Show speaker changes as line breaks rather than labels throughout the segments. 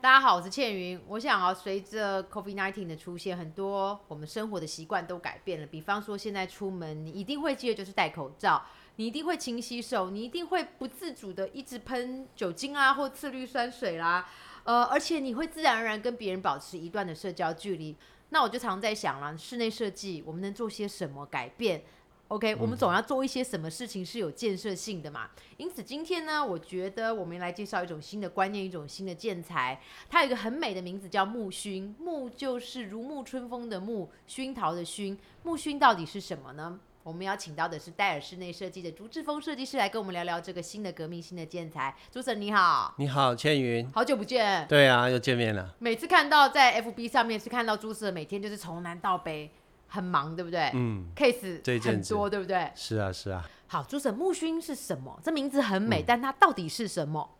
大家好，我是倩云。我想啊，随着 COVID-19 的出现，很多我们生活的习惯都改变了。比方说，现在出门你一定会记得就是戴口罩，你一定会勤洗手，你一定会不自主的一直喷酒精啊或次氯酸水啦，呃，而且你会自然而然跟别人保持一段的社交距离。那我就常在想啦，室内设计我们能做些什么改变？OK，我们总要做一些什么事情是有建设性的嘛。因此今天呢，我觉得我们来介绍一种新的观念，一种新的建材。它有一个很美的名字叫木熏，木就是如沐春风的木，熏陶的熏。木熏到底是什么呢？我们要请到的是戴尔室内设计的朱志峰设计师来跟我们聊聊这个新的革命性的建材。朱 Sir 你好，
你好，倩云。
好久不见。
对啊，又见面了。
每次看到在 FB 上面是看到朱 Sir 每天就是从南到北，很忙，对不对、
嗯，
c a s
这一
e 很
阵子
多，对不对？
是啊，是啊。
好，朱 Sir 木熏是什么？这名字很
嗯
美，但它到底是什么？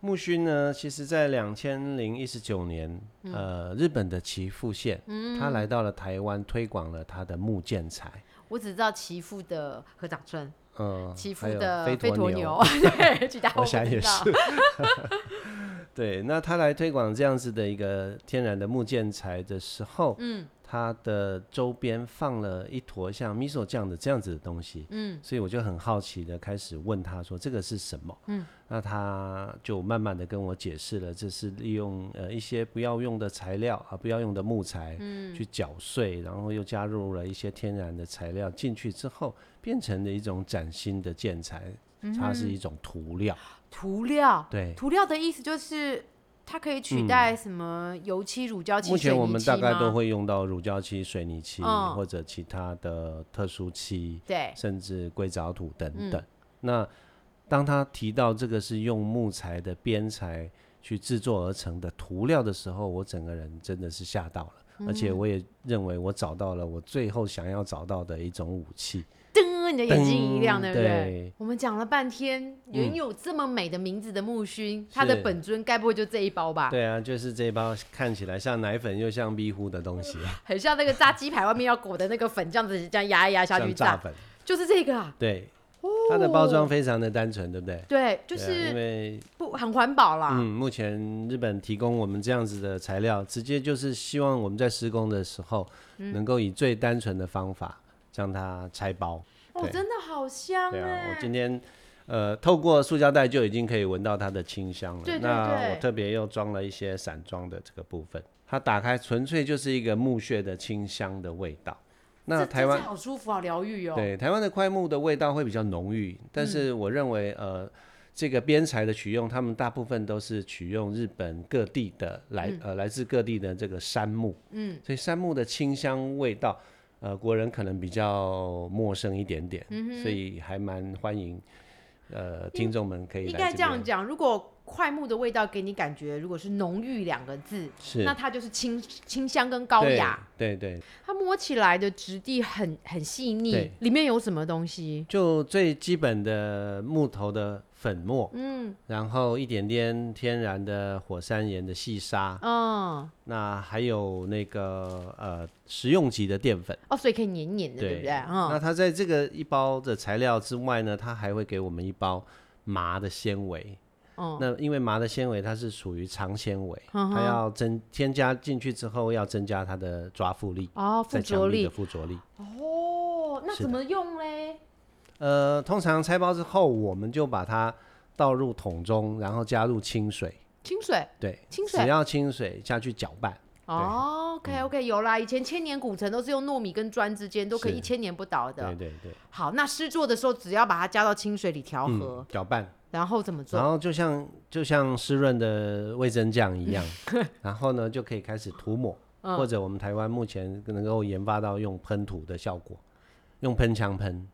木须呢，其实在两千零一十九年，
嗯
呃，日本的岐阜县，他来到了台湾，推广了他的木建材，
我只知道岐阜的合掌村，
嗯、
岐阜
还有
的
飞
飞驼，
陀
牛，对， 其他
我
不
想也
知道
是。对，那他来推广这样子的一个天然的木建材的时候，嗯，它的周边放了一坨像 miso 酱的这样子的东西，嗯，所以我就很好奇的开始问他说这个是什么，嗯，那他就慢慢的跟我解释了，这是利用呃一些不要用的材料啊，不要用的木材，嗯，去搅碎，然后又加入了一些天然的材料进去之后，变成了一种崭新的建材，它是一种涂料，
涂料，
对。嗯
涂料的意思就是它可以取代什么油漆、乳胶漆、
目前我们大概都
会
会用到乳胶漆、水泥漆、
嗯哎
或者其他的特殊漆，
对，
甚至硅藻土等
嗯
等。那当他提到这个是用木材的边材去制作而成的涂料的时候，我整个人真的是吓到了，而
嗯
且我也认为我找到了我最后想要找到的一种武器。
噔，你的眼睛一亮，
噔嗯
对不对？我们讲了半天，原有这么美的名字的木熏，它的
是
本尊该不会就这一包吧？
对啊，就是这一包看起来像奶粉又像迷糊的东西，啊
很像那个炸鸡排外面要裹的那个粉，这样子这样压一压下去
像
炸，
炸粉。
就是这个啊。
对，它的包装非常的单纯，对不对？
对，就
对啊因
是
为
不很环保啦。
嗯，目前日本提供我们这样子的材料，直接就是希望我们在施工的时候，
嗯
能够以最单纯的方法将它拆包。
哦，
对
真的好香
对啊，
哎
我！今天呃透过塑胶袋就已经可以闻到它的清香了。
对对
那
对
我特别又装了一些散装的这个部分，它打开纯粹就是一个木屑的清香的味道。那
这
台湾
这好舒服，好疗愈哦。
对，台湾的块木的味道会比较浓郁，但是
嗯
我认为、呃，这个边材的取用，他们大部分都是取用日本各地的来、
嗯
呃来自各地的这个杉木，嗯，所以杉木的清香味道，呃，国人可能比较陌生一点点，所以还蛮欢迎呃听众们可以
嗯应
来
该
这
这样
边。
讲，如果快木的味道给你感觉，如果是浓郁两个字，
是
那它就是清清香跟高雅。
对对对，
它摸起来的质地很很细腻
对，
里面有什么东西？
就最基本的木头的粉末，嗯，然后一点点天然的火山岩的细沙，
嗯，
那还有那个呃食用级的淀粉，
哦，所以可以黏黏的，对不对？
那
嗯，
它在这个一包的材料之外呢，它还会给我们一包麻的纤维。
哦，
那因为麻的纤维它是属于长纤维，
嗯哼
它要增添加进去之后要增加它的抓附力，
哦，附
再
着
强力
力，
的附着力。
哦，那
是
怎
的
么用嘞？
呃，通常拆包之后，我们就把它倒入桶中，然后加入清水，
清水。
对，
清水
只要清水下去搅拌。
哦，OK
嗯
OK，有啦，以前千年古城都是用糯米跟砖之间都可以
是
一千年不倒
对
的。
对对，
好，那施作的时候只要把它加到清水里调和
嗯，，搅拌。
然后怎么
然
做？
后就像就像湿润的味增酱一 样，然后呢就可以开始涂抹，
嗯
或者我们台湾目前能够研发到用喷涂的效果，用喷枪喷。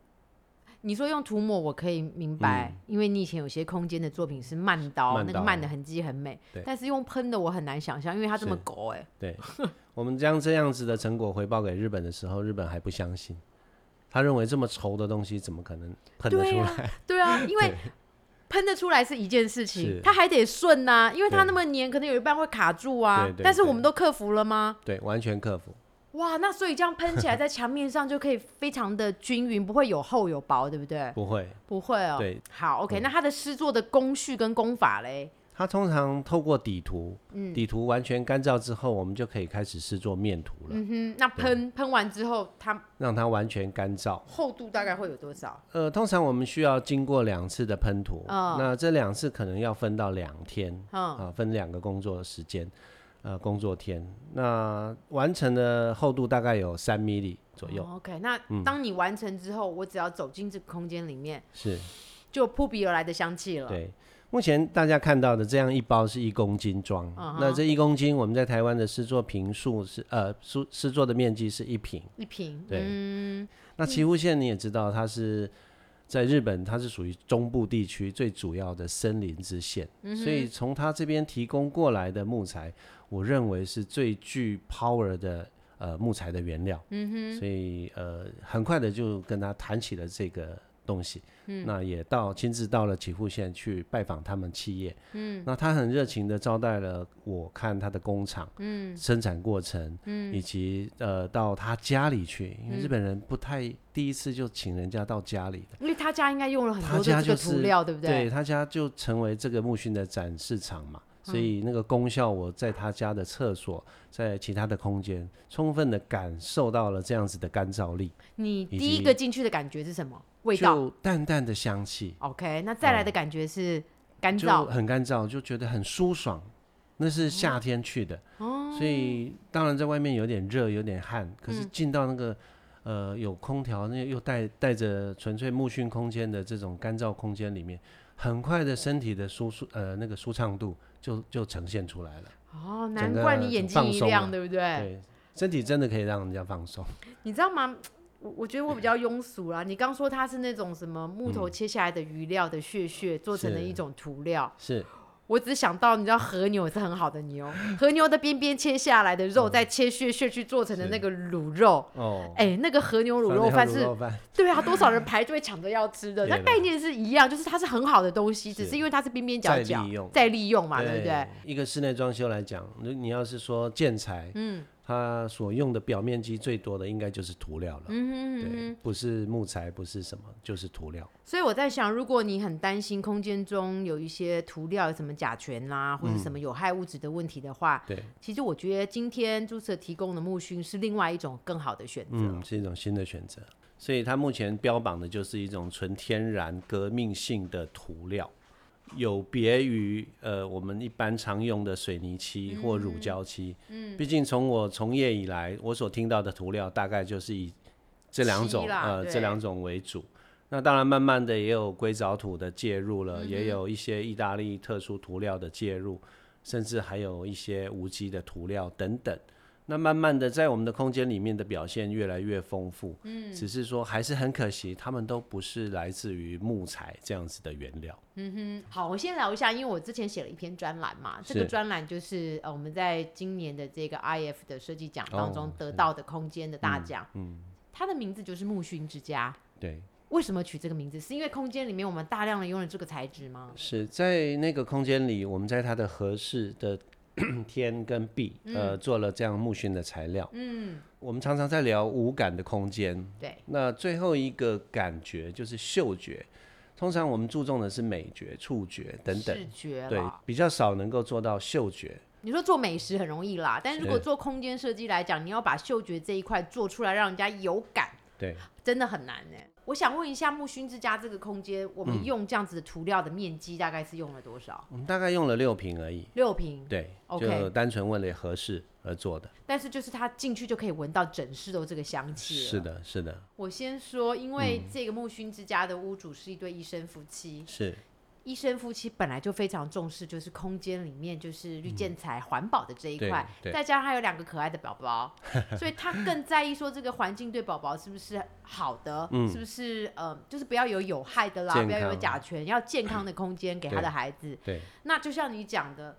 你说用涂抹，我可以明白，因为你以前有些空间的作品是慢刀，
嗯慢
那个
刀
慢的痕迹很美
对。
但是用喷的，我很难想象，因为它这么
是
狗哎、
对我们将这样子的成果回报给日本的时候，日本还不相信，他认为这么稠的东西怎么可能喷得
对
出
啊
来？，
对啊，因为
对
喷得出来是一件事情
是，
它还得顺呐、因为它
对
那么黏，可能有一半会卡住啊
对。对
但是
对
我们都克服了吗？
对，完全克服。
哇，那所以这样喷起来在墙面上就可以非常的均匀，不会有厚有薄，对不对？
不会，
不会哦。
对，嗯
好，OK，那它的诗作的工序跟功法嘞？
它通常透过底涂，
嗯
底涂完全干燥之后，我们就可以开始试做面涂了，
嗯哼，那喷喷完之后，它
让它完全干燥。
厚度大概会有多少？
呃，通常我们需要经过两次的喷涂，
哦
那这两次可能要分到两天啊、
嗯，
分两个工作时间，呃，工作天。那完成的厚度大概有三米里左右，
哦 OK，那
嗯
当你完成之后，我只要走进这个空间里面，
是
就有扑鼻而来的香气了。
对。目前大家看到的这样一包是一公斤装
嗯哼
那这一公斤我们在台湾的施作瓶数是呃施施作的面积是一瓶。
一瓶，
对
嗯，
那岐阜县你也知道，它是在日本，它是属于中部地区最主要的森林之县，所以从它这边提供过来的木材，我认为是最具 power 的呃木材的原料。嗯哼，所以呃很快的就跟他谈起了这个。东西，嗯，那也到亲自到了岐阜县去拜访他们企业，嗯，那他很热情的招待了我看他的工厂，嗯，生产过程，
嗯
以及呃到他家里去，因为日本人不太第一次就请人家到家里的，
因为他家应该用了很
他
多
家
的这个
就是
涂料，对不对？
对他家就成为这个木熏的展示场嘛，
嗯
所以那个功效我在他家的厕所，在其他的空间，充分的感受到了这样子的干燥力，
你
以
第一
及
个进去的感觉是什么？味道
就淡淡的香气，
？OK，那再来的感觉是干
就
燥，
很干燥，就觉得很舒爽。那是夏天去的，
哦
所以当然在外面有点热，有点汗，可
嗯
是进到那个、呃有空调，那又带带着纯粹木熏空间的这种干燥空间里面，很快的身体的舒舒呃那个舒畅度就就呈现出来了。
哦，
整
难
个
怪你眼睛
放
一
松
亮，
了
对不对？
对，身体真的可以让人家放松。
你知道吗？我我觉得我比较庸俗啦。你刚说它是那种什么木头切下来的鱼料的屑屑做成的
嗯是
一种涂料，
是，
我只想到，你知道和牛也是很好的 牛，和牛的边边切下来的肉，再切屑屑去做成的那个卤肉，
哦，
哎、那个和牛卤肉饭
反正
是
卤，肉啊饭
对啊，多少人排队抢着要吃 的，
对
那
啦
概念是一样，就是它是很好的东西，
是
只是因为它是边边角角
再利用
再利用嘛，对不对？？
一个室内装修来讲，如你要是说建材，嗯，它所用的表面积最多的应该就是涂料了，
嗯哼嗯哼。
对，不是木材，不是什么，就是涂料。
所以我在想，如果你很担心空间中有一些涂料、什么甲醛啦、或者
嗯
什么有害物质的问题的话，
对，
其实我觉得今天朱舍提供的木熏是另外一种更好的选择。
嗯，是一种新的选择。所以它目前标榜的就是一种纯天然革命性的涂料，有别于呃我们一般常用的水泥
嗯
漆或乳胶漆。嗯，毕竟从我从业以来，我所听到的涂料大概就是以这两种
漆啦
呃
对
这两种为主。那当然，慢慢的也有硅藻土的介入
嗯
了，也有一些意大利特殊涂料的介入，甚至还有一些无机的涂料等等。那慢慢的，在我们的空间里面的表现越来越丰富，嗯，只是说还是很可惜，它们都不是来自于木材这样子的原料，
好，我先聊一下，因为我之前写了一篇专栏嘛，这个
是
专栏就是呃我们在今年的这个 IF 的设计奖当中
哦
得到的空间的大奖，
嗯，
它的名字就是木熏之家。
对，
为什么取这个名字？是因为空间里面我们大量的用了这个材质吗？
是在那个空间里，我们在它的合适的 天跟壁，呃，做了这样木熏的材料，嗯，我们常常在聊无感的空间，
对，
那最后一个感觉就是嗅觉，通常我们注重的是美觉、触觉等等，
视觉
对
啦。，
比较少能够做到嗅觉，
你说做美食很容易啦，但是如果
是
做空间设计来讲，你要把嗅觉这一块做出来，让人家有感，
对。
真的很难呢、我想问一下，木熏之家这个空间，我
嗯
们用这样子的涂料的面积大概是用了多少？
我们大概用了六瓶而已，
六平。
对
OK
就单纯为了合适而做的。
但是就是他进去就可以闻到整室都这个香气了
是，的，嗯是的，
我先说，因为这个木熏之家的屋主是一对医生夫妻，
是
医生夫妻本来就非常重视，就是空间里面就是绿建材环保的这一块，
对对
再加上他有两个可爱的宝 宝，所以他更在意说这个环境对宝宝是不是好的，是不是呃，就是不要有有害的啦，
嗯健
不要有
康
甲醛，要健康的空间给他的
对
孩子。
对，
那就像你讲的，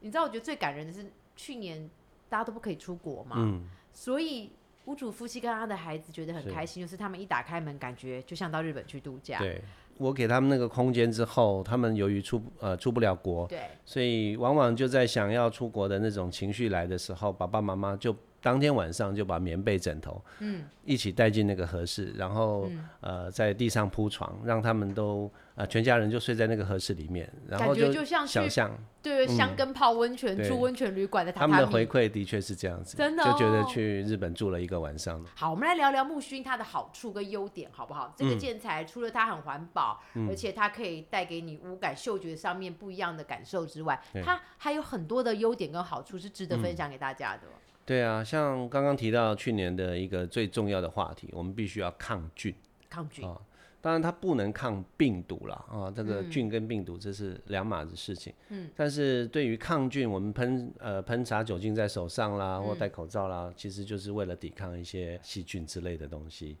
你知道，我觉得最感人的是去年大家都不可以出国嘛，
嗯，
所以屋主夫妻跟他的孩子觉得很开心，就是他们一打开门，感觉就像到日本去度假。
对。我给他们那个空间之后，他们由于出不呃出不了国，
对
所以往往就在想要出国的那种情绪来的时候，爸爸妈妈就当天晚上就把棉被、枕头，嗯，一起带进那个和室，然后、
嗯
呃在地上铺床，让他们都呃全家人就睡在那个和室里面，然
感
后
觉就像
想
去
象
对香根泡温泉、
嗯对
住温泉旅馆的榻
他们的
榻
回
米。
馈的确是这样子，
真的
就觉得
哦
去日本住了一个晚上，
好，我们来聊聊木熏它的好处跟优点，好不好？这
嗯
个建材除了它很环保，而且它可以带给你五感、嗅觉上面不一样的感受之外，
对嗯
它还有很多的优点跟好处是值得分享给大家的。哦
对啊，像刚刚提到去年的一个最重要的话题，我们必须要抗菌。
抗菌，
啊当然，它不能抗病毒啦，啊，这个菌跟病毒这是两码子事情。嗯，但是对于抗菌，我们喷呃喷洒酒精在手上啦，或戴口罩啦，其实就是为了抵抗一些细菌之类的东西。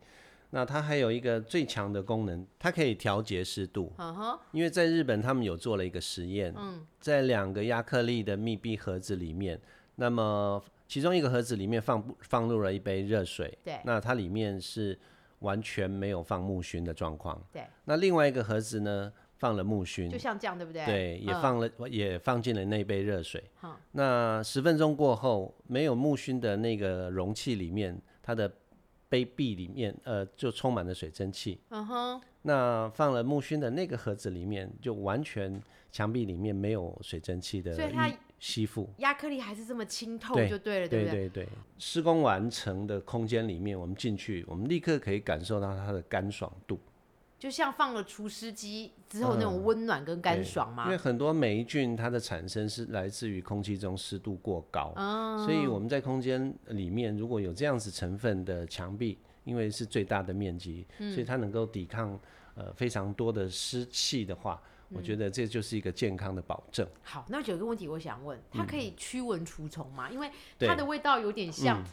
那它还有一个最强的功能，它可以调节湿度。
嗯哼，
因为在日本，他们有做了一个实验，在两个亚克力的密闭盒子里面，那么其中一个盒子里面放不放入了一杯热水，
对
那它里面是完全没有放木熏的状况，
对，
那另外一个盒子呢放了木熏
就，像这样，对不对？
对，也
嗯
放了、也放进了那杯热水
好，
那十分钟过后，没有木熏的那个容器里面，它的杯壁里面呃就充满了水蒸气，
嗯哼，
那放了木熏的那个盒子里面，就完全墙壁里面没有水蒸气的
所以它
一吸附。
亚克力还是这么清透
对
就对了，
对
不对？
对对，施工完成的空间里面，我们进去，我们立刻可以感受到它的干爽度。
就像放了除湿机之后那种温暖跟干爽嘛
嗯因为。很多霉菌它的产生是来自于空气中湿度过高，
哦
所以我们在空间里面如果有这样子成分的墙壁，因为是最大的面积，
嗯
所以它能够抵抗呃非常多的湿气的话，我觉得这就是一个健康的保证。
好，那有一个问题我想问，它可以驱蚊除虫吗？因为
嗯对嗯
它的味道有点像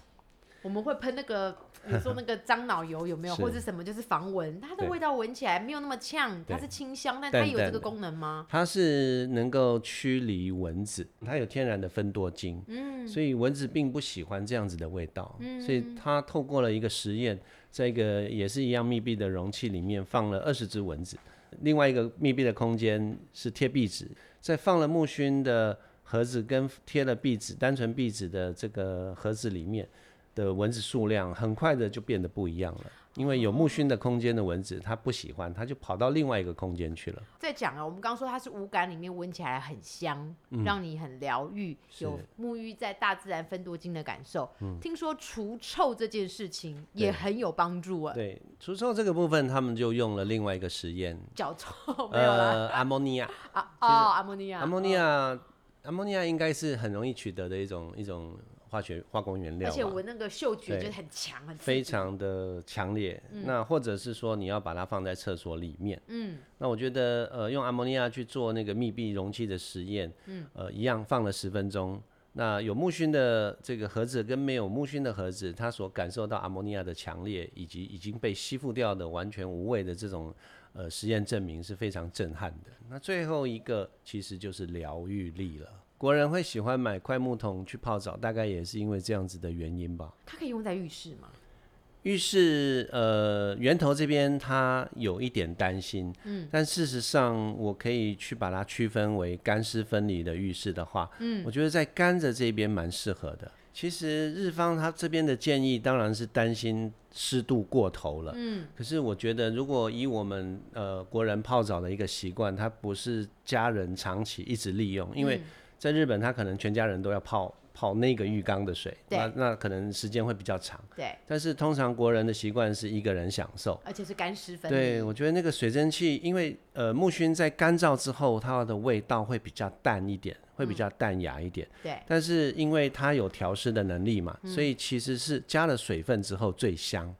我们会喷那 个，比如说那个樟脑油有没有，
是
或者什么就是防蚊，它的
对
味道闻起来没有那么呛，
对
它是清香，但它有
淡
这
淡
个
的
功能吗？
它是能够驱离蚊子，它有天然的芬多精，嗯，所以蚊子并不喜欢这样子的味道，嗯，所以它透过了一个实验，在一个也是一样密闭的容器里面放了二十只蚊子，另外一个密闭的空间是贴壁纸，在放了木熏的盒子跟贴了壁纸单纯壁纸的这个盒子里面的蚊子数量，很快的就变得不一样了。因为有木熏的空间的蚊子，它不喜欢，它就跑到另外一个空间去了。
再讲啊，我们刚说它是五感里面闻起来很香，让你很疗愈，
嗯是嗯
有沐浴在大自然芬多精的感受。听说除臭这件事情也很有帮助啊，
对，除臭这个部分，他们就用了另外一个实验，
脚 臭哦没有啦，
呃，阿莫尼亚，
啊哦，阿莫尼亚，
阿莫尼亚，阿莫尼亚应该是很容易取得的一种一种化学化工原
而
料
且
吧，
闻那个嗅觉
啊对
就是很强，很刺
非
激
常的强烈。那或者是说，你要把它放在厕所里面，
嗯，
那我觉得，呃，用阿莫尼亚去做那个密闭容器的实验，嗯，呃，一样放了十分钟。那有木熏的这个盒子跟没有木熏的盒子，它所感受到阿莫尼亚的强烈，以及已经被吸附掉的完全无味的这种呃实验证明是非常震撼的。那最后一个其实就是疗愈力了。国人会喜欢买块木桶去泡澡，大概也是因为这样子的原因吧。
它可以用在浴室吗？
浴室呃源头这边他有一点担心，嗯，但事实上我可以去把它区分为干湿分离的浴室的话，嗯，我觉得在干的这边蛮适合的。其实日方他这边的建议当然是担心湿度过头了，嗯，可是我觉得如果以我们呃国人泡澡的一个习惯，它不是家人长期一直利用，因为在日本他可能全家人都要泡泡那个浴缸的水，
对
那那可能时间会比较长。
对，
但是通常国人的习惯是一个人享受。
而且是干湿分
对，
离。
我觉得那个水蒸气，因为呃木熏在干燥之后，它的味道会比较淡一点，会比较淡雅一点。
对，
但是因为它有调湿的能力嘛，所以其实是加了水分之后最香。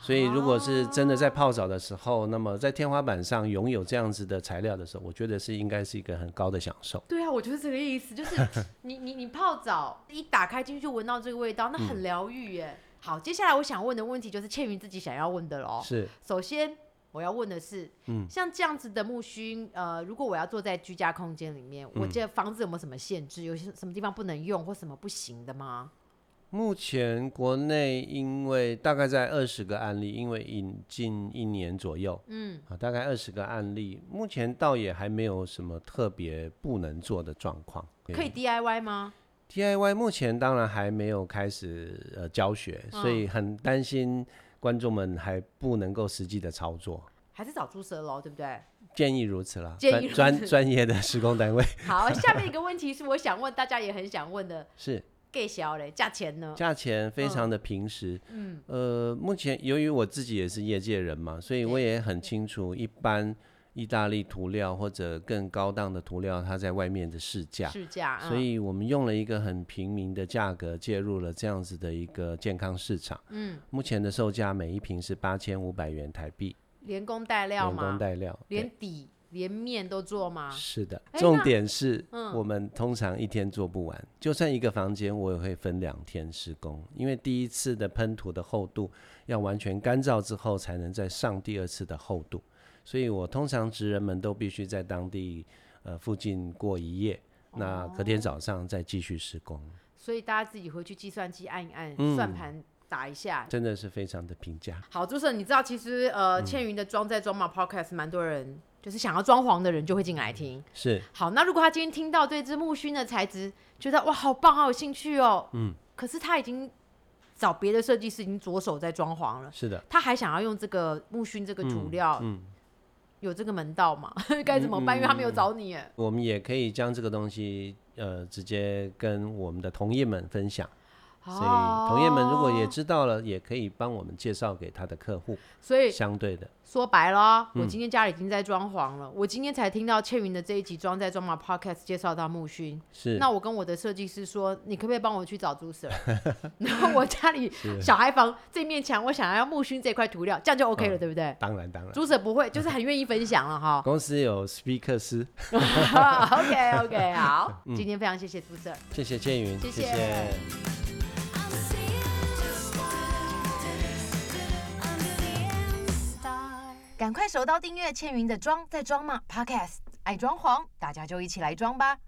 所以如果是真的在泡澡的时候，那么在天花板上拥有这样子的材料的时候，我觉得是应该是一个很高的享受。
对啊，我就是这个意思，就是 你你你泡澡一打开进去就闻到这个味道，那
嗯
很疗愈耶。好，接下来我想问的问题就是倩云自己想要问的喽。
是
首先我要问的是，
嗯
像这样子的木熏，呃，如果我要坐在居家空间里面，
嗯
我这房子有没有什么限制？有些什么地方不能用或什么不行的吗？
目前国内因为大概在二十个案例，因为引进一年左右，嗯，啊，大概二十个案例，目前倒也还没有什么特别不能做的状况。
可以 DIY 吗？
DIY 目前当然还没有开始呃教学，
嗯
所以很担心观众们还不能够实际的操作。
还是找猪舌喽，对不对？
建议如此啦，
建议
专
如
专
此
专业的施工单位
好， 下面一个问题是我想问大家也很想问的
是
，gay 小嘞，价钱呢？
价钱非常的平实。嗯，呃，目前由于我自己也是业界人嘛，所以我也很清楚一般意大利涂料或者更高档的涂料它在外面的市价。
市价，嗯
所以我们用了一个很平民的价格介入了这样子的一个健康市场。嗯，目前的售价每一瓶是八千五百元台币，
连工带料
人工
嘛，
带料。对
连底连面都做吗？
是的，
哎
重
那嗯
点是我们通常一天做不完，就算一个房间，我也会分两天施工，因为第一次的喷涂的厚度要完全干燥之后，才能再上第二次的厚度，所以我通常职人们都必须在当地呃附近过一夜，那隔天早上再继续施工，
所以大家自己回去计算机按一按，
嗯
算盘打一下。
真的是非常的平价。
好，朱生，你知道其实呃，
嗯
倩云的装在装嘛 Podcast 蛮多人就是想要装潢的人就会进来听。
是
好，那如果他今天听到对这木熏的材质，觉得哇好棒，好有兴趣哦，嗯，可是他已经找别的设计师已经着手在装潢了，
是的，
他还想要用这个木熏这个涂料，
嗯
有这个门道吗？ 该怎么办？因为他没有找你耶，
我们也可以将这个东西呃直接跟我们的同业们分享。所以同业们如果
哦
也知道了，也可以帮我们介绍给他的客户。
所以
相对的，
说白了啊，
嗯
我今天家里已经在装潢了，我今天才听到倩云的这一集装在装嘛 Podcast 介绍到木熏，
是
那我跟我的设计师说，你可不可以帮我去找朱 Sir？然 后我家里小孩房这面墙，我想要木熏这块涂料，这样就 OK 了，对不对？
当然当然，
朱 Sir 不会，就是很愿意分享了啊哈。
公司有 speaker 师，
OK OK，好，今天非常谢谢朱 Sir。
谢谢建云，
谢谢
谢
I'm seeing just like under the end star.
赶快手刀订阅倩云的妆在装嘛 Podcast，爱装潢，大家就一起来装吧。